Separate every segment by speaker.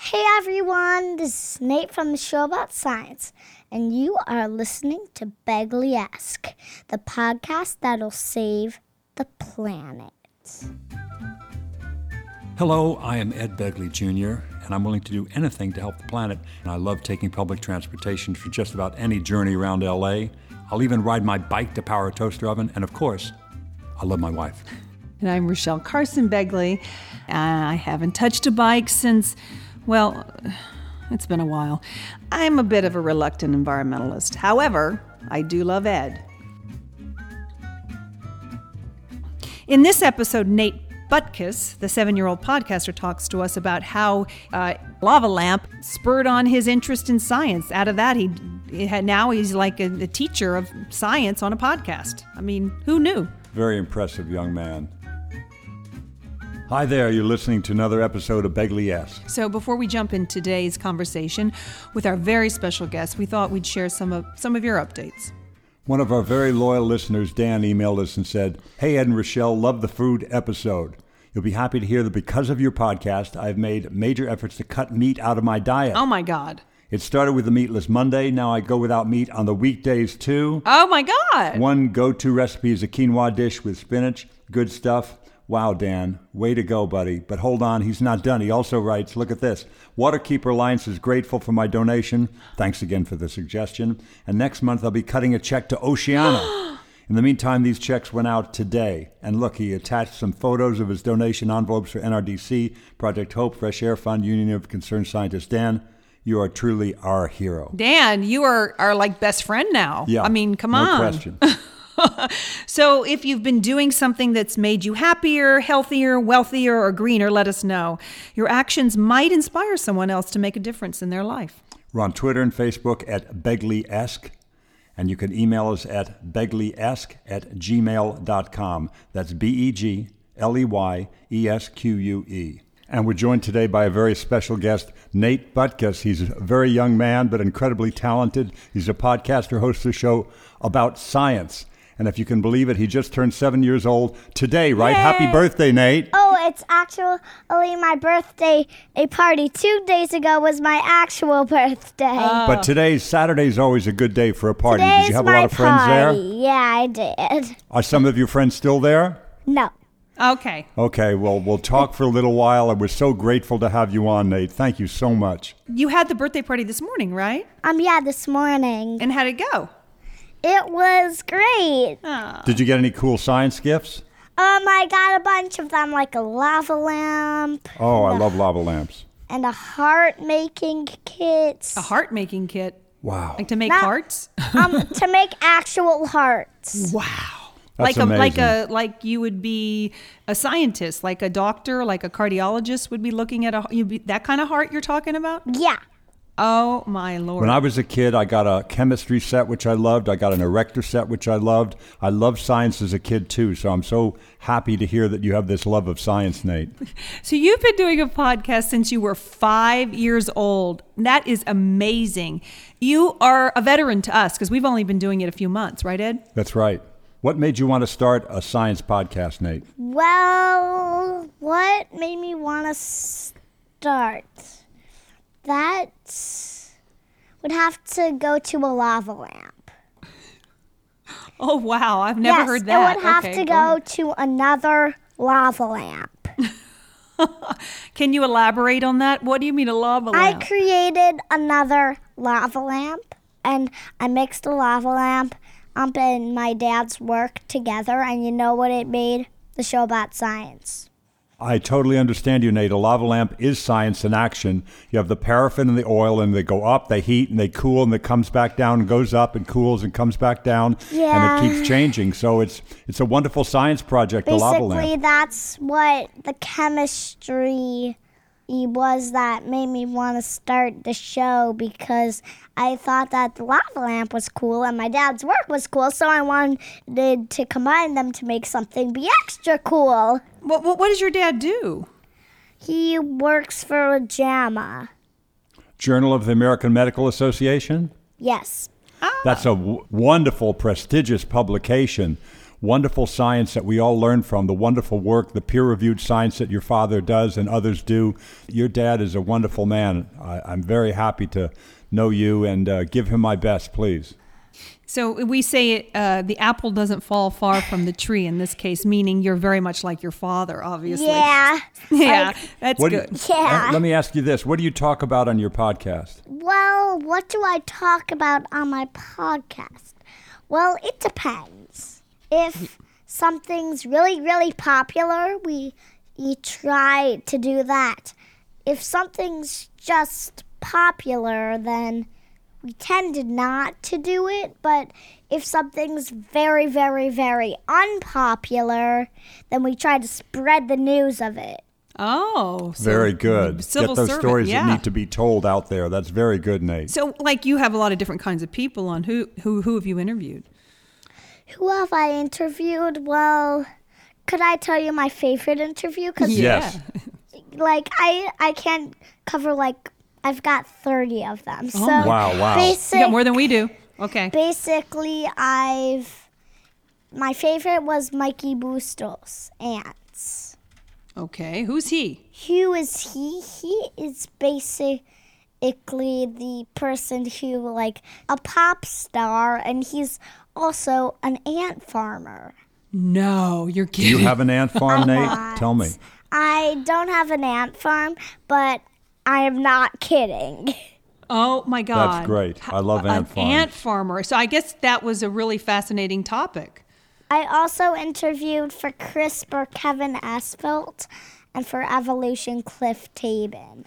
Speaker 1: Hey everyone, this is Nate from the show about science, and you are listening to Begley Ask, the podcast that'll save the planet.
Speaker 2: Hello, I am Ed Begley Jr., and I'm willing to do anything to help the planet. And I love taking public transportation for just about any journey around LA. I'll even ride my bike to power a toaster oven, and of course, I love my wife.
Speaker 3: And I'm Rochelle Carson Begley. Uh, I haven't touched a bike since, well, it's been a while. I'm a bit of a reluctant environmentalist. However, I do love Ed. In this episode, Nate Butkus, the seven year old podcaster, talks to us about how uh, Lava Lamp spurred on his interest in science. Out of that, he, he had, now he's like a, a teacher of science on a podcast. I mean, who knew?
Speaker 2: Very impressive young man. Hi there, you're listening to another episode of Begley Ask.
Speaker 3: So before we jump in today's conversation with our very special guest, we thought we'd share some of some of your updates.
Speaker 2: One of our very loyal listeners, Dan, emailed us and said, Hey, Ed and Rochelle, love the food episode. You'll be happy to hear that because of your podcast, I've made major efforts to cut meat out of my diet.
Speaker 3: Oh my god.
Speaker 2: It started with the meatless Monday. Now I go without meat on the weekdays too.
Speaker 3: Oh my god.
Speaker 2: One go to recipe is a quinoa dish with spinach. Good stuff. Wow, Dan, way to go, buddy. But hold on, he's not done. He also writes Look at this. Waterkeeper Alliance is grateful for my donation. Thanks again for the suggestion. And next month I'll be cutting a check to Oceana. In the meantime, these checks went out today. And look, he attached some photos of his donation envelopes for NRDC, Project Hope, Fresh Air Fund, Union of Concerned Scientists. Dan, you are truly our hero.
Speaker 3: Dan, you are are like best friend now.
Speaker 2: Yeah.
Speaker 3: I mean, come
Speaker 2: no
Speaker 3: on.
Speaker 2: question.
Speaker 3: So if you've been doing something that's made you happier, healthier, wealthier, or greener, let us know. Your actions might inspire someone else to make a difference in their life.
Speaker 2: We're on Twitter and Facebook at BegleyEsk, and you can email us at BegleyEsk at gmail.com. That's B E G L E Y E S Q U E. And we're joined today by a very special guest, Nate Butkus. He's a very young man, but incredibly talented. He's a podcaster, hosts of the show about science. And if you can believe it, he just turned seven years old today, right? Happy birthday, Nate.
Speaker 1: Oh, it's actually my birthday. A party two days ago was my actual birthday.
Speaker 2: But today's Saturday's always a good day for a party. Oh. Did
Speaker 1: Oh. Today's
Speaker 2: you have a
Speaker 1: my
Speaker 2: lot of friends
Speaker 1: party.
Speaker 2: there?
Speaker 1: Yeah, I did.
Speaker 2: Are some of your friends still there?
Speaker 1: No.
Speaker 3: Okay.
Speaker 2: Okay, well, we'll talk for a little while, and we're so grateful to have you on, Nate. Thank you so much.
Speaker 3: You had the birthday party this morning, right?
Speaker 1: Um, yeah, this morning.
Speaker 3: And how'd it go?
Speaker 1: It was great.
Speaker 2: Did you get any cool science gifts?
Speaker 1: Um, I got a bunch of them, like a lava lamp
Speaker 2: Oh, I love lava lamps.
Speaker 1: and a heart making kit.
Speaker 3: A heart making kit.
Speaker 2: Wow.
Speaker 3: Like to make
Speaker 1: Not-
Speaker 3: hearts?
Speaker 1: um, to make actual hearts.
Speaker 3: Wow.
Speaker 2: That's
Speaker 3: like a like
Speaker 2: amazing.
Speaker 3: a like you would be a scientist, like a doctor, like a cardiologist would be looking at a you be that kind of heart you're talking about?
Speaker 1: Yeah.
Speaker 3: Oh my lord.
Speaker 2: When I was a kid, I got a chemistry set, which I loved. I got an erector set, which I loved. I loved science as a kid, too, so I'm so happy to hear that you have this love of science, Nate.
Speaker 3: so you've been doing a podcast since you were 5 years old. That is amazing. You are a veteran to us because we've only been doing it a few months, right Ed?
Speaker 2: That's right. What made you want to start a science podcast, Nate?
Speaker 1: Well, what made me want to start? That would have to go to a lava lamp.
Speaker 3: Oh wow, I've never
Speaker 1: yes,
Speaker 3: heard that.
Speaker 1: It would have
Speaker 3: Okay,
Speaker 1: to
Speaker 3: go ahead.
Speaker 1: go to another lava lamp.
Speaker 3: Can you elaborate on that? What do you mean a lava
Speaker 1: I
Speaker 3: lamp?
Speaker 1: created another lava lamp and I mixed the lava lamp um, and my dad's work together and you know what it made? The show about science.
Speaker 2: I totally understand you, Nate. A lava lamp is science in action. You have the paraffin and the oil, and they go up, they heat, and they cool, and it comes back down, and goes up, and cools, and comes back down,
Speaker 1: Yeah.
Speaker 2: and it keeps changing. So it's it's a wonderful science project, the lava
Speaker 1: Basically,
Speaker 2: lamp.
Speaker 1: that's what the chemistry was that made me want to start the show because I thought that the lava lamp was cool and my dad's work was cool, so I wanted to combine them to make something be extra cool.
Speaker 3: What, what what does your dad do?
Speaker 1: He works for JAMA.
Speaker 2: Journal of the American Medical Association.
Speaker 1: Yes.
Speaker 2: That's a w- wonderful, prestigious publication. wonderful science that we all learn from, the wonderful work, the peer reviewed science that your father does and others do. Your dad is a wonderful man. I, I'm very happy to know you and uh, give him my best, please.
Speaker 3: So we say uh, the apple doesn't fall far from the tree in this case, meaning you're very much like your father, obviously.
Speaker 1: Yeah.
Speaker 3: Yeah, that's
Speaker 2: What do you-
Speaker 3: good.
Speaker 1: Yeah.
Speaker 2: Let me ask you this. What do you talk about on your podcast?
Speaker 1: Well, what do I talk about on my podcast? Well, it depends. If something's really, really popular, we you try to do that. If something's just popular, then we tend not to do it. But if something's very, very, very unpopular, then we try to spread the news of it.
Speaker 3: oh, so-
Speaker 2: Very good.
Speaker 3: civil
Speaker 2: Get those
Speaker 3: servant,
Speaker 2: stories
Speaker 3: yeah.
Speaker 2: that need to be told out there. That's very good, Nate.
Speaker 3: So, like, you have a lot of different kinds of people on. Who who who have you interviewed?
Speaker 1: Who have I interviewed? Well, could I tell you my favorite interview? Because
Speaker 2: Yes.
Speaker 1: like I I can't cover like I've got thirty of them. So
Speaker 3: my-
Speaker 2: Oh Wow, wow.
Speaker 1: Basic,
Speaker 3: You got more than we do. Okay.
Speaker 1: basically, I've my favorite was Mikey Bustos ants.
Speaker 3: Okay. Who's he?
Speaker 1: Who is he? He is basically the person who like a pop star, and he's also an ant farmer.
Speaker 3: No, you're
Speaker 2: Do you
Speaker 3: kidding.
Speaker 2: have an ant farm, Nate? Tell me.
Speaker 1: I don't have an ant farm, but I am not kidding.
Speaker 3: oh my God.
Speaker 2: great. I love ant
Speaker 3: an
Speaker 2: farms.
Speaker 3: ant farmer. So I guess that was a really fascinating topic.
Speaker 1: I also interviewed for CRISPR Kevin Asphalt and for Evolution Cliff Tabin.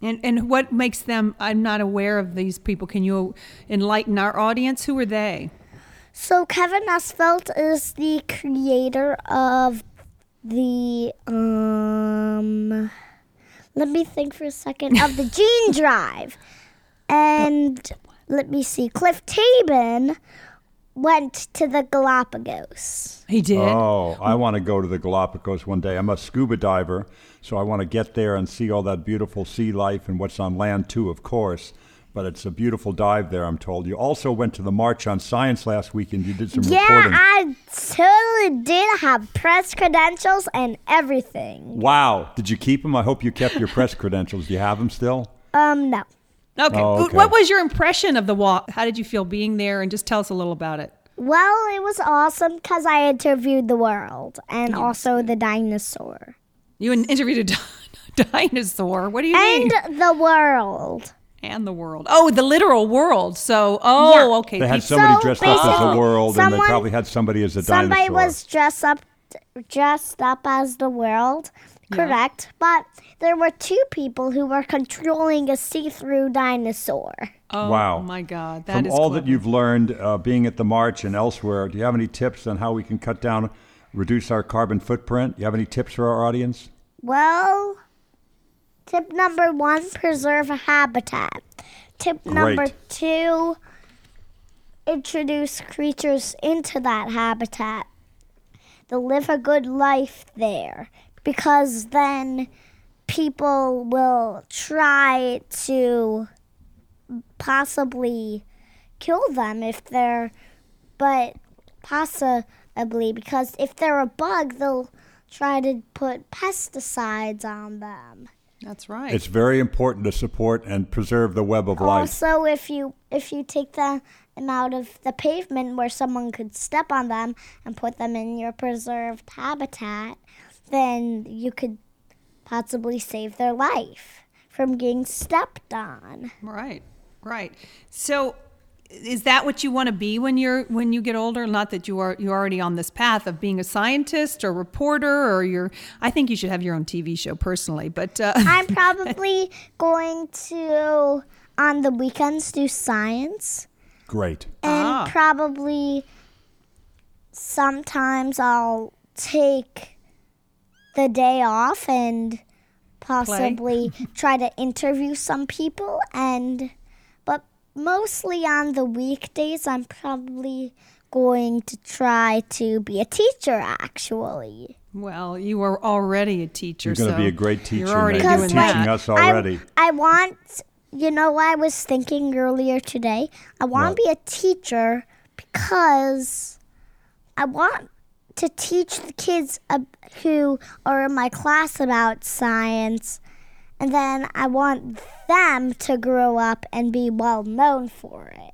Speaker 3: And and what makes them? I'm not aware of these people. Can you enlighten our audience? Who are they?
Speaker 1: So Kevin Asphalt is the creator of the um let me think for a second of the gene drive. And let me see. Cliff Tabin went to the Galapagos.
Speaker 3: He did.
Speaker 2: Oh, I want to go to the Galapagos one day. I'm a scuba diver, so I want to get there and see all that beautiful sea life and what's on land too, of course. But it's a beautiful dive there, I'm told. You also went to the March on Science last week and you did some
Speaker 1: Yeah,
Speaker 2: reporting.
Speaker 1: I totally did have press credentials and everything.
Speaker 2: wow. Did you keep them? I hope you kept your press credentials. Do you have them still?
Speaker 1: Um, no.
Speaker 3: Okay.
Speaker 2: Oh,
Speaker 3: Wh-
Speaker 2: okay.
Speaker 3: What was your impression of the walk? How did you feel being there? And just tell us a little about it.
Speaker 1: Well, it was awesome because I interviewed the world and also the dinosaur.
Speaker 3: You in- interviewed a di- dinosaur. What do you mean?
Speaker 1: And uh, the world.
Speaker 3: And the world. Oh, the literal world. So, oh,
Speaker 1: Yeah.
Speaker 3: okay.
Speaker 2: They had
Speaker 3: peop-
Speaker 2: somebody
Speaker 1: So
Speaker 2: dressed up as
Speaker 1: basically,
Speaker 2: the world, and they
Speaker 1: someone-
Speaker 2: probably had somebody as a
Speaker 1: Somebody
Speaker 2: dinosaur.
Speaker 1: was dressed up dressed up as the world. Correct. But there were two people who were controlling a see-through dinosaur.
Speaker 3: oh,
Speaker 2: Wow.
Speaker 3: my God. that is
Speaker 2: From all that
Speaker 3: clever.
Speaker 2: you've learned uh, being at the march and elsewhere, do you have any tips on how we can cut down, reduce our carbon footprint? You have any tips for our audience?
Speaker 1: Well, tip number one preserve a habitat. Tip number
Speaker 2: Great.
Speaker 1: two introduce creatures into that habitat. They'll live a good life there because then people will try to possibly kill them if they're but possibly because if they're a bug they'll try to put pesticides on them
Speaker 3: That's right.
Speaker 2: It's very important to support and preserve the web of life.
Speaker 1: also if you if you take them out of the pavement where someone could step on them and put them in your preserved habitat then you could possibly save their life from getting stepped on
Speaker 3: right. Right. So, is that what you want to be when you're when you get older? Not that you are you're already on this path of being a scientist or reporter or you're. I think you should have your own TV show personally, but uh,
Speaker 1: i'm probably going to on the weekends do science
Speaker 2: Great.
Speaker 1: and
Speaker 3: Ah.
Speaker 1: probably sometimes I'll take the day off and possibly try to interview some people and but mostly on the weekdays I'm probably going to try to be a teacher actually
Speaker 3: well, you are already a teacher.
Speaker 2: You're going to
Speaker 3: so
Speaker 2: be a great teacher.
Speaker 3: You're already
Speaker 2: Nate. You're
Speaker 3: doing
Speaker 2: teaching
Speaker 1: like,
Speaker 3: that.
Speaker 2: us
Speaker 1: I-
Speaker 2: already.
Speaker 1: I, want you know I was thinking earlier today I want to be a teacher because I want to teach the kids uh, who are in my class about science. And then I want them to grow up and be well known for it.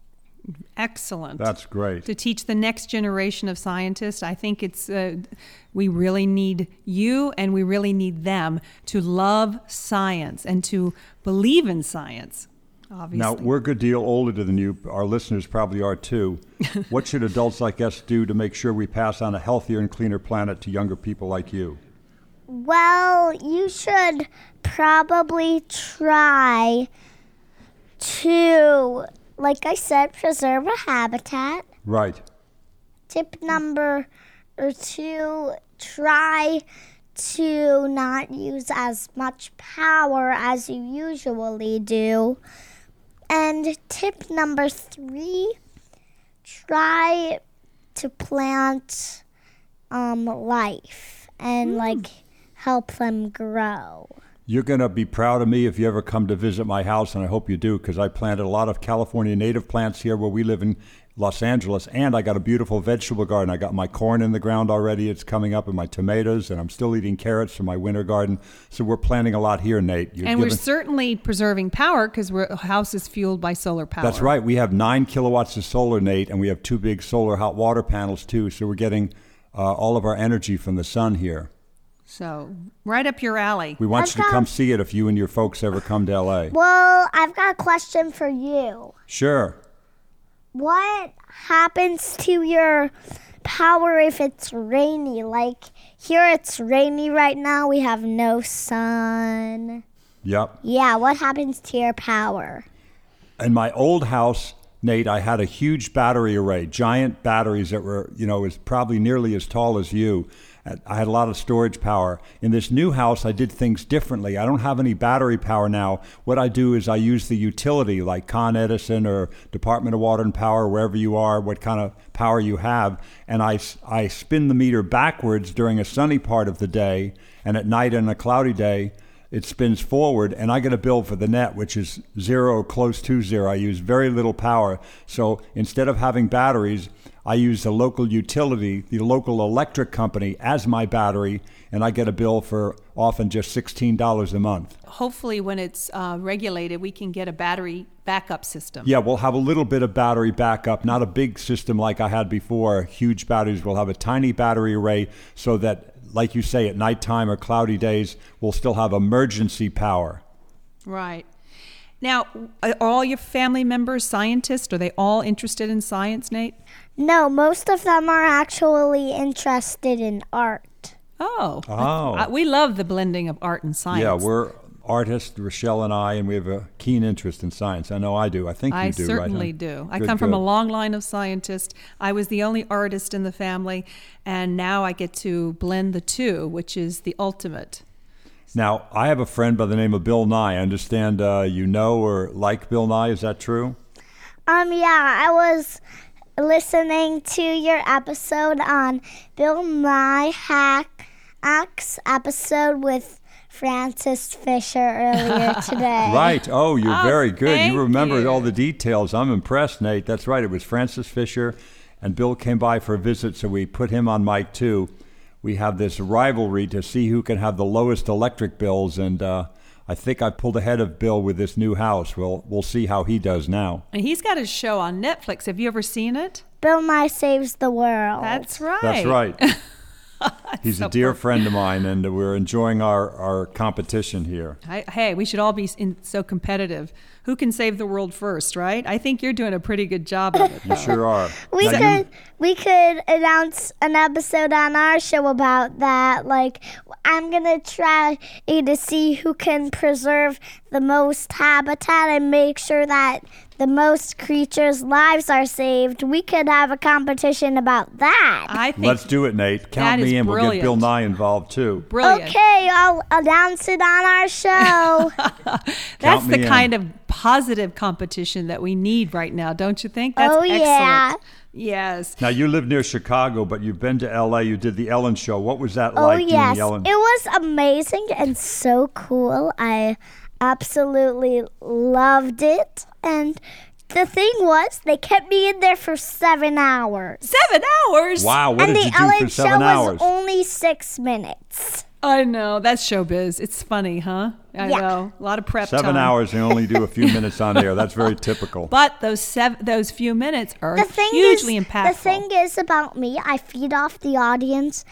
Speaker 3: Excellent.
Speaker 2: That's great.
Speaker 3: to teach the next generation of scientists. I think it's uh, we really need you and we really need them to love science and to believe in science. Obviously.
Speaker 2: Now, we're a good deal older than you. Our listeners probably are too. what should adults like us do to make sure we pass on a healthier and cleaner planet to younger people like you?
Speaker 1: Well, you should probably try to, like I said, preserve a habitat.
Speaker 2: Right.
Speaker 1: Tip number two try to not use as much power as you usually do. And tip number three try to plant um, life and like help them grow.
Speaker 2: You're going to be proud of me if you ever come to visit my house, and I hope you do because I planted a lot of California native plants here where we live in Los Angeles, and I got a beautiful vegetable garden. I got my corn in the ground already, it's coming up, and my tomatoes, and I'm still eating carrots from my winter garden. So we're planting a lot here, Nate. You're
Speaker 3: and we're
Speaker 2: giving-
Speaker 3: certainly preserving power because our house is fueled by solar power.
Speaker 2: That's right. We have nine kilowatts of solar, Nate, and we have two big solar hot water panels too. So we're getting uh, all of our energy from the sun here.
Speaker 3: So, right up your alley.
Speaker 2: We want
Speaker 1: I've
Speaker 2: you to
Speaker 1: got-
Speaker 2: come see it if you and your folks ever come to LA.
Speaker 1: Well, I've got a question for you.
Speaker 2: Sure.
Speaker 1: What happens to your power if it's rainy? Like here it's rainy right now, we have no sun.
Speaker 2: Yep.
Speaker 1: Yeah, what happens to your power?
Speaker 2: in my old house, Nate, I had a huge battery array, giant batteries that were, you know, is probably nearly as tall as you. And I had a lot of storage power. In this new house, I did things differently. I don't have any battery power now. What I do is I use the utility, like Con Edison or Department of Water and Power, wherever you are, what kind of power you have, and I, s- I spin the meter backwards during a sunny part of the day, and at night on a cloudy day, it spins forward and I get a bill for the net, which is zero, close to zero. I use very little power. So instead of having batteries, I use the local utility, the local electric company as my battery, and I get a bill for often just $16 a month.
Speaker 3: Hopefully, when it's uh, regulated, we can get a battery backup system.
Speaker 2: Yeah, we'll have a little bit of battery backup, not a big system like I had before. Huge batteries. We'll have a tiny battery array so that, like you say, at nighttime or cloudy days, we'll still have emergency power.
Speaker 3: Right. Now, are all your family members scientists? Are they all interested in science, Nate?
Speaker 1: No, most of them are actually interested in art.
Speaker 3: Oh. I-
Speaker 2: Oh.
Speaker 3: I- we love the blending of art and science.
Speaker 2: Yeah, we're artists, Rochelle and I, and we have a keen interest in science. I know I do. I think you
Speaker 3: I
Speaker 2: do.
Speaker 3: certainly
Speaker 2: right, huh?
Speaker 3: do. I
Speaker 2: Good,
Speaker 3: come from a
Speaker 2: good.
Speaker 3: long line of scientists. I was the only artist in the family, and now I get to blend the two, which is the ultimate.
Speaker 2: Now, I have a friend by the name of Bill Nye. I understand uh, you know or like Bill Nye. Is that true?
Speaker 1: Um yeah, I was listening to your episode on Bill Nye Hack Axe episode with Francis Fisher earlier today.
Speaker 2: Right. Oh, you're very good.
Speaker 3: thank
Speaker 2: You remember
Speaker 3: you.
Speaker 2: all the details. I'm impressed, Nate. That's right. It was Francis Fisher, and Bill came by for a visit, so we put him on mic too. We have this rivalry to see who can have the lowest electric bills, and uh, I think I pulled ahead of Bill with this new house. Well, we'll see how he does now.
Speaker 3: And he's got his show on Netflix. Have you ever seen it?
Speaker 1: Bill Nye saves the world.
Speaker 3: That's right.
Speaker 2: That's right. He's a dear friend of mine, and we're enjoying our, our competition here.
Speaker 3: I, hey, we should all be in, so competitive. Who can save the world first, right? I think you're doing a pretty good job of it.
Speaker 2: You sure are.
Speaker 1: We
Speaker 2: Now, you-
Speaker 1: could we could announce an episode on our show about that. Like I'm gonna try to see who can preserve the most habitat and make sure that the most creatures' lives are saved. We could have a competition about that.
Speaker 3: I think
Speaker 2: Let's do it, Nate. Count
Speaker 3: is
Speaker 2: me in. We'll get Bill
Speaker 3: brilliant.
Speaker 2: Nye involved too.
Speaker 3: brilliant.
Speaker 1: Okay, I'll announce it on our show.
Speaker 3: That's
Speaker 2: Count
Speaker 3: the
Speaker 2: me in.
Speaker 3: kind of positive competition that we need right now, don't you think? That's
Speaker 1: Oh,
Speaker 3: excellent.
Speaker 1: yeah.
Speaker 3: Yes.
Speaker 2: Now you live near Chicago, but you've been to LA. You did the Ellen Show. What was that
Speaker 1: oh
Speaker 2: like? doing
Speaker 1: yes,
Speaker 2: the
Speaker 1: it
Speaker 2: Ellen?
Speaker 1: was amazing and so cool. I absolutely loved it and the thing was, they kept me in there for seven hours.
Speaker 3: Seven hours.
Speaker 2: Wow, what
Speaker 1: and
Speaker 2: did
Speaker 1: the
Speaker 2: you do
Speaker 1: Ellen
Speaker 2: for
Speaker 1: show
Speaker 2: seven
Speaker 1: was
Speaker 2: hours?
Speaker 1: only six minutes.
Speaker 3: I know. That's showbiz. It's funny, huh? I
Speaker 1: Yeah.
Speaker 3: know. A lot of prep
Speaker 2: Seven
Speaker 3: time.
Speaker 2: hours and only do a few minutes on air. That's very typical.
Speaker 3: But those sev- those few minutes are
Speaker 1: The thing
Speaker 3: hugely
Speaker 1: is,
Speaker 3: impactful.
Speaker 1: the thing is about me, I feed off the audience.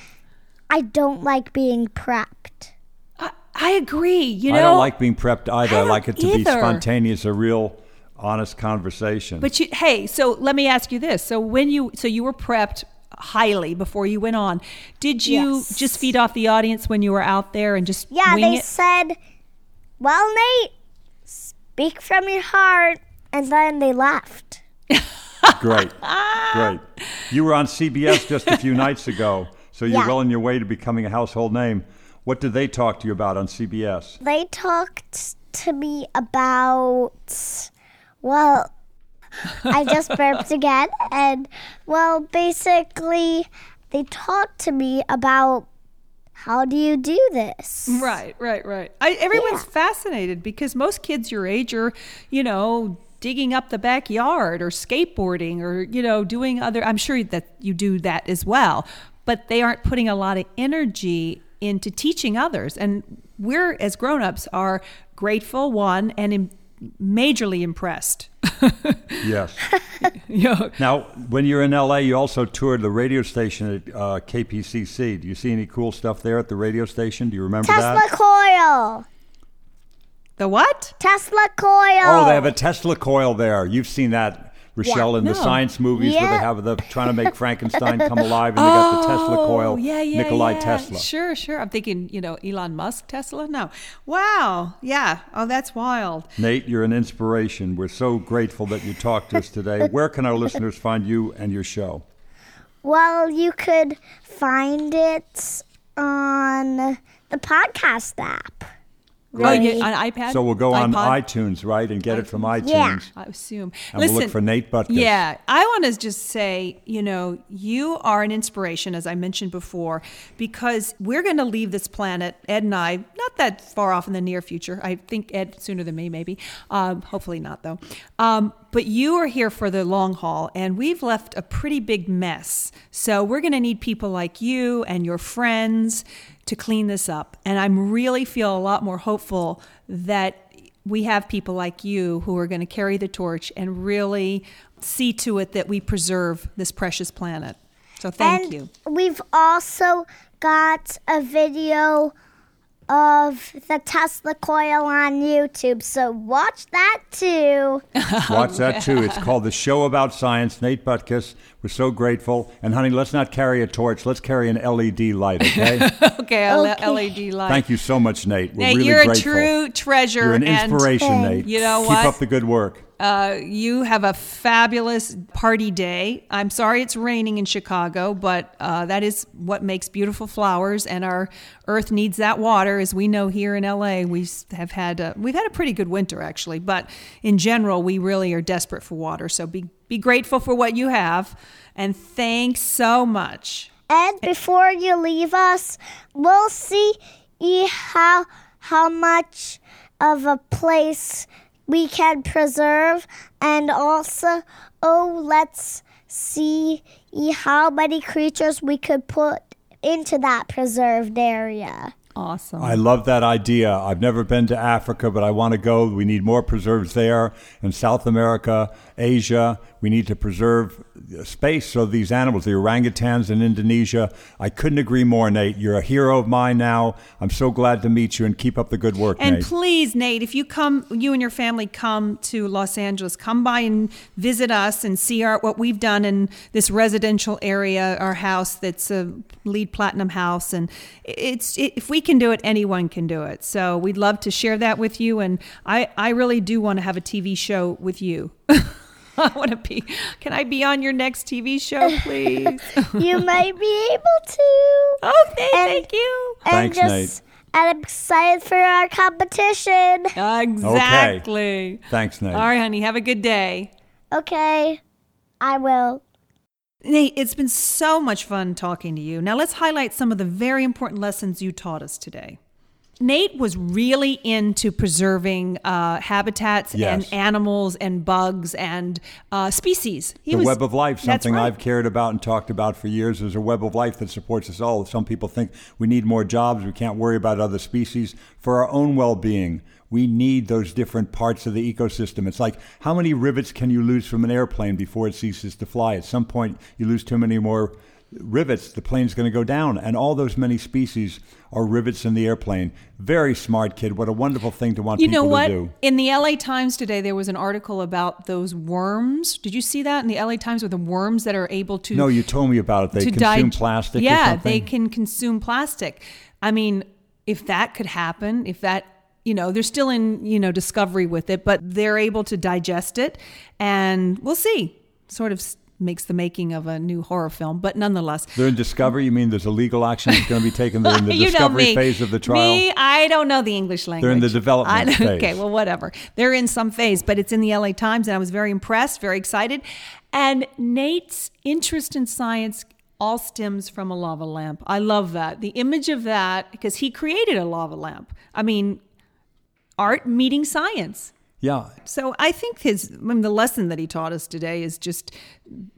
Speaker 1: I don't like being prepped.
Speaker 3: I, I agree. You know,
Speaker 2: I don't like being prepped either. I,
Speaker 3: don't
Speaker 2: like it to be
Speaker 3: either.
Speaker 2: spontaneous, a real, honest conversation.
Speaker 3: But you, hey, so let me ask you this: so when you, so you were prepped highly before you went on. Did you
Speaker 1: Yes.
Speaker 3: just feed off the audience when you were out there and just
Speaker 1: Yeah,
Speaker 3: wing
Speaker 1: they
Speaker 3: it?
Speaker 1: said, "Well, Nate, speak from your heart," and then they left.
Speaker 2: Great. Great. You were on CBS just a few nights ago, so you're
Speaker 1: Yeah.
Speaker 2: well on your way to becoming a household name. What did they talk to you about on CBS?
Speaker 1: They talked to me about, well, I just burped again, and well, basically, they talked to me about how do you do this.
Speaker 3: Right, right, right. I, everyone's fascinated because most kids your age are, you know, digging up the backyard or skateboarding or you know doing other. I'm sure that you do that as well, but they aren't putting a lot of energy into teaching others. And we're as grown-ups are grateful one and im- majorly impressed.
Speaker 2: Yes.
Speaker 3: yeah.
Speaker 2: now, when you're in LA, you also toured the radio station at uh, KPCC. Do you see any cool stuff there at the radio station? Do you remember
Speaker 1: Tesla
Speaker 2: that?
Speaker 1: coil.
Speaker 3: The what?
Speaker 1: Tesla coil.
Speaker 2: Oh, they have a Tesla coil there. You've seen that, Rochelle, in the
Speaker 3: No.
Speaker 2: science movies where they
Speaker 1: Yeah.
Speaker 2: have the trying to make Frankenstein come alive, and they got the Tesla coil,
Speaker 3: Oh, yeah, yeah,
Speaker 2: Nikolai
Speaker 3: yeah.
Speaker 2: Tesla.
Speaker 3: Sure, sure. I'm thinking, you know, Elon Musk, Tesla. No, wow, yeah. Oh, that's wild.
Speaker 2: Nate, you're an inspiration. We're so grateful that you talked to us today. Where can our listeners find you and your show?
Speaker 1: Well, you could find it on the podcast app.
Speaker 3: Oh, you, on iPad.
Speaker 2: So we'll go on
Speaker 3: iPod?
Speaker 2: iTunes, right, and get it from iTunes.
Speaker 1: Yeah.
Speaker 3: I assume.
Speaker 2: And we'll look for Nate Butkus.
Speaker 3: Yeah, I want to just say, you know, you are an inspiration, as I mentioned before, because we're going to leave this planet, Ed and I, not that far off in the near future. I think Ed sooner than me, maybe. Um, hopefully not, though. Um, but you are here for the long haul, and we've left a pretty big mess. So we're going to need people like you and your friends to clean this up. And I'm really feel a lot more hopeful that we have people like you who are going to carry the torch and really see to it that we preserve this precious planet. So
Speaker 1: and
Speaker 3: thank you.
Speaker 1: We've also got a video of the Tesla coil on YouTube, so watch that too.
Speaker 2: Watch that too. It's called The Show About Science. Nate Butkus, we're so grateful. And honey, let's not carry a torch, let's carry an LED light, okay?
Speaker 3: Okay, I'll let
Speaker 1: Okay.
Speaker 3: LED light.
Speaker 2: Thank you so much, Nate. We're
Speaker 3: Nate,
Speaker 2: really
Speaker 3: you're
Speaker 2: grateful.
Speaker 3: a true treasure.
Speaker 2: you're an
Speaker 3: and,
Speaker 2: inspiration, Nate.
Speaker 1: Thanks.
Speaker 3: You know
Speaker 2: Keep
Speaker 3: what?
Speaker 2: up the good work.
Speaker 3: Uh, you have a fabulous party day. I'm sorry it's raining in Chicago, but uh, that is what makes beautiful flowers, and our Earth needs that water. As we know here in LA, we s- have had a, we've had a pretty good winter actually, but in general, we really are desperate for water. So be be grateful for what you have, and thanks so much.
Speaker 1: And before you leave us, we'll see e- how how much of a place we can preserve, and also, oh, let's see e- how many creatures we could put into that preserved area.
Speaker 3: Awesome.
Speaker 2: I love that idea. I've never been to Africa, but I want to go. We need more preserves there in South America, Asia. We need to preserve space so these animals, the orangutans in Indonesia. I couldn't agree more, Nate. You're a hero of mine now. I'm so glad to meet you and keep up the good work,
Speaker 3: And
Speaker 2: Nate.
Speaker 3: please, Nate, if you come, you and your family come to Los Angeles, come by and visit us and see our what we've done in this residential area, our house that's a lead platinum house, and it's it, if we can do it, anyone can do it. So we'd love to share that with you, and I I really do want to have a TV show with you. I want to be. Can I be on your next TV show, please?
Speaker 1: you might be able to.
Speaker 3: oh, thank,
Speaker 1: And-
Speaker 3: thank you.
Speaker 1: And
Speaker 2: Thanks,
Speaker 1: just, And I'm excited for our competition.
Speaker 3: Exactly.
Speaker 2: Thanks, Nate.
Speaker 3: All right, honey. Have a good day.
Speaker 1: Okay, I will.
Speaker 3: Nate, it's been so much fun talking to you. Now let's highlight some of the very important lessons you taught us today. Nate was really into preserving uh, habitats
Speaker 2: Yes.
Speaker 3: and animals and bugs and uh, species. He
Speaker 2: the
Speaker 3: was-
Speaker 2: web of life,
Speaker 3: that's
Speaker 2: something
Speaker 3: right.
Speaker 2: I've cared about and talked about for years, is a web of life that supports us all. Some people think we need more jobs, we can't worry about other species. For our own well being, we need those different parts of the ecosystem. It's like how many rivets can you lose from an airplane before it ceases to fly? At some point, you lose too many more rivets, the plane's going to go down. And all those many species are rivets in the airplane. Very smart kid. What a wonderful thing to want
Speaker 3: You
Speaker 2: people
Speaker 3: know what?
Speaker 2: to do.
Speaker 3: In the LA Times today, there was an article about those worms. Did you see that in the LA Times with the worms that are able to
Speaker 2: No, you told me about it. They
Speaker 3: to
Speaker 2: consume
Speaker 3: dig-
Speaker 2: plastic or
Speaker 3: Yeah,
Speaker 2: something.
Speaker 3: they can consume plastic. I mean, if that could happen, if that you know, they're still in you know discovery with it, but they're able to digest it, and we'll see. Sort of s- makes the making of a new horror film, but nonetheless.
Speaker 2: They're in discovery. You mean there's a legal action that's going to be taken? They're in the
Speaker 3: you
Speaker 2: discovery
Speaker 3: know me.
Speaker 2: phase of the trial.
Speaker 3: Me, I don't know the English language.
Speaker 2: the development
Speaker 3: I don't-
Speaker 2: phase.
Speaker 3: Okay, well, whatever. They're in some phase, but it's in the LA Times, and I was very impressed, very excited. And Nate's interest in science all stems from a lava lamp. I love that. The image of that, because he created a lava lamp. I mean, art meeting science.
Speaker 2: Yeah,
Speaker 3: So I think his I mean, the lesson that he taught us today is just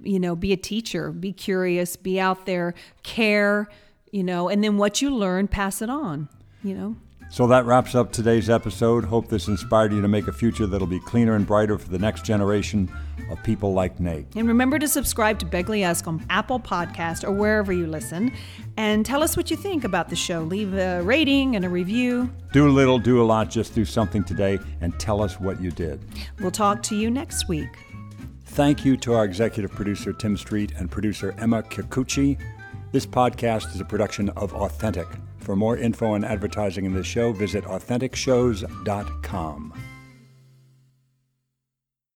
Speaker 3: you know be a teacher, be curious, be out there, care, you know, and then what you learn, pass it on, you know.
Speaker 2: So that wraps up today's episode. Hope this inspired you to make a future that'll be cleaner and brighter for the next generation of people like Nate.
Speaker 3: And remember to subscribe to Begley Ask on Apple Podcast or wherever you listen, and tell us what you think about the show. Leave a rating and a review.
Speaker 2: Do a little, do a lot, just do something today and tell us what you did.
Speaker 3: We'll talk to you next week.
Speaker 2: Thank you to our executive producer, Tim Street, and producer, Emma Kikuchi. This podcast is a production of Authentic. For more info and advertising in this show, visit AuthenticShows.com.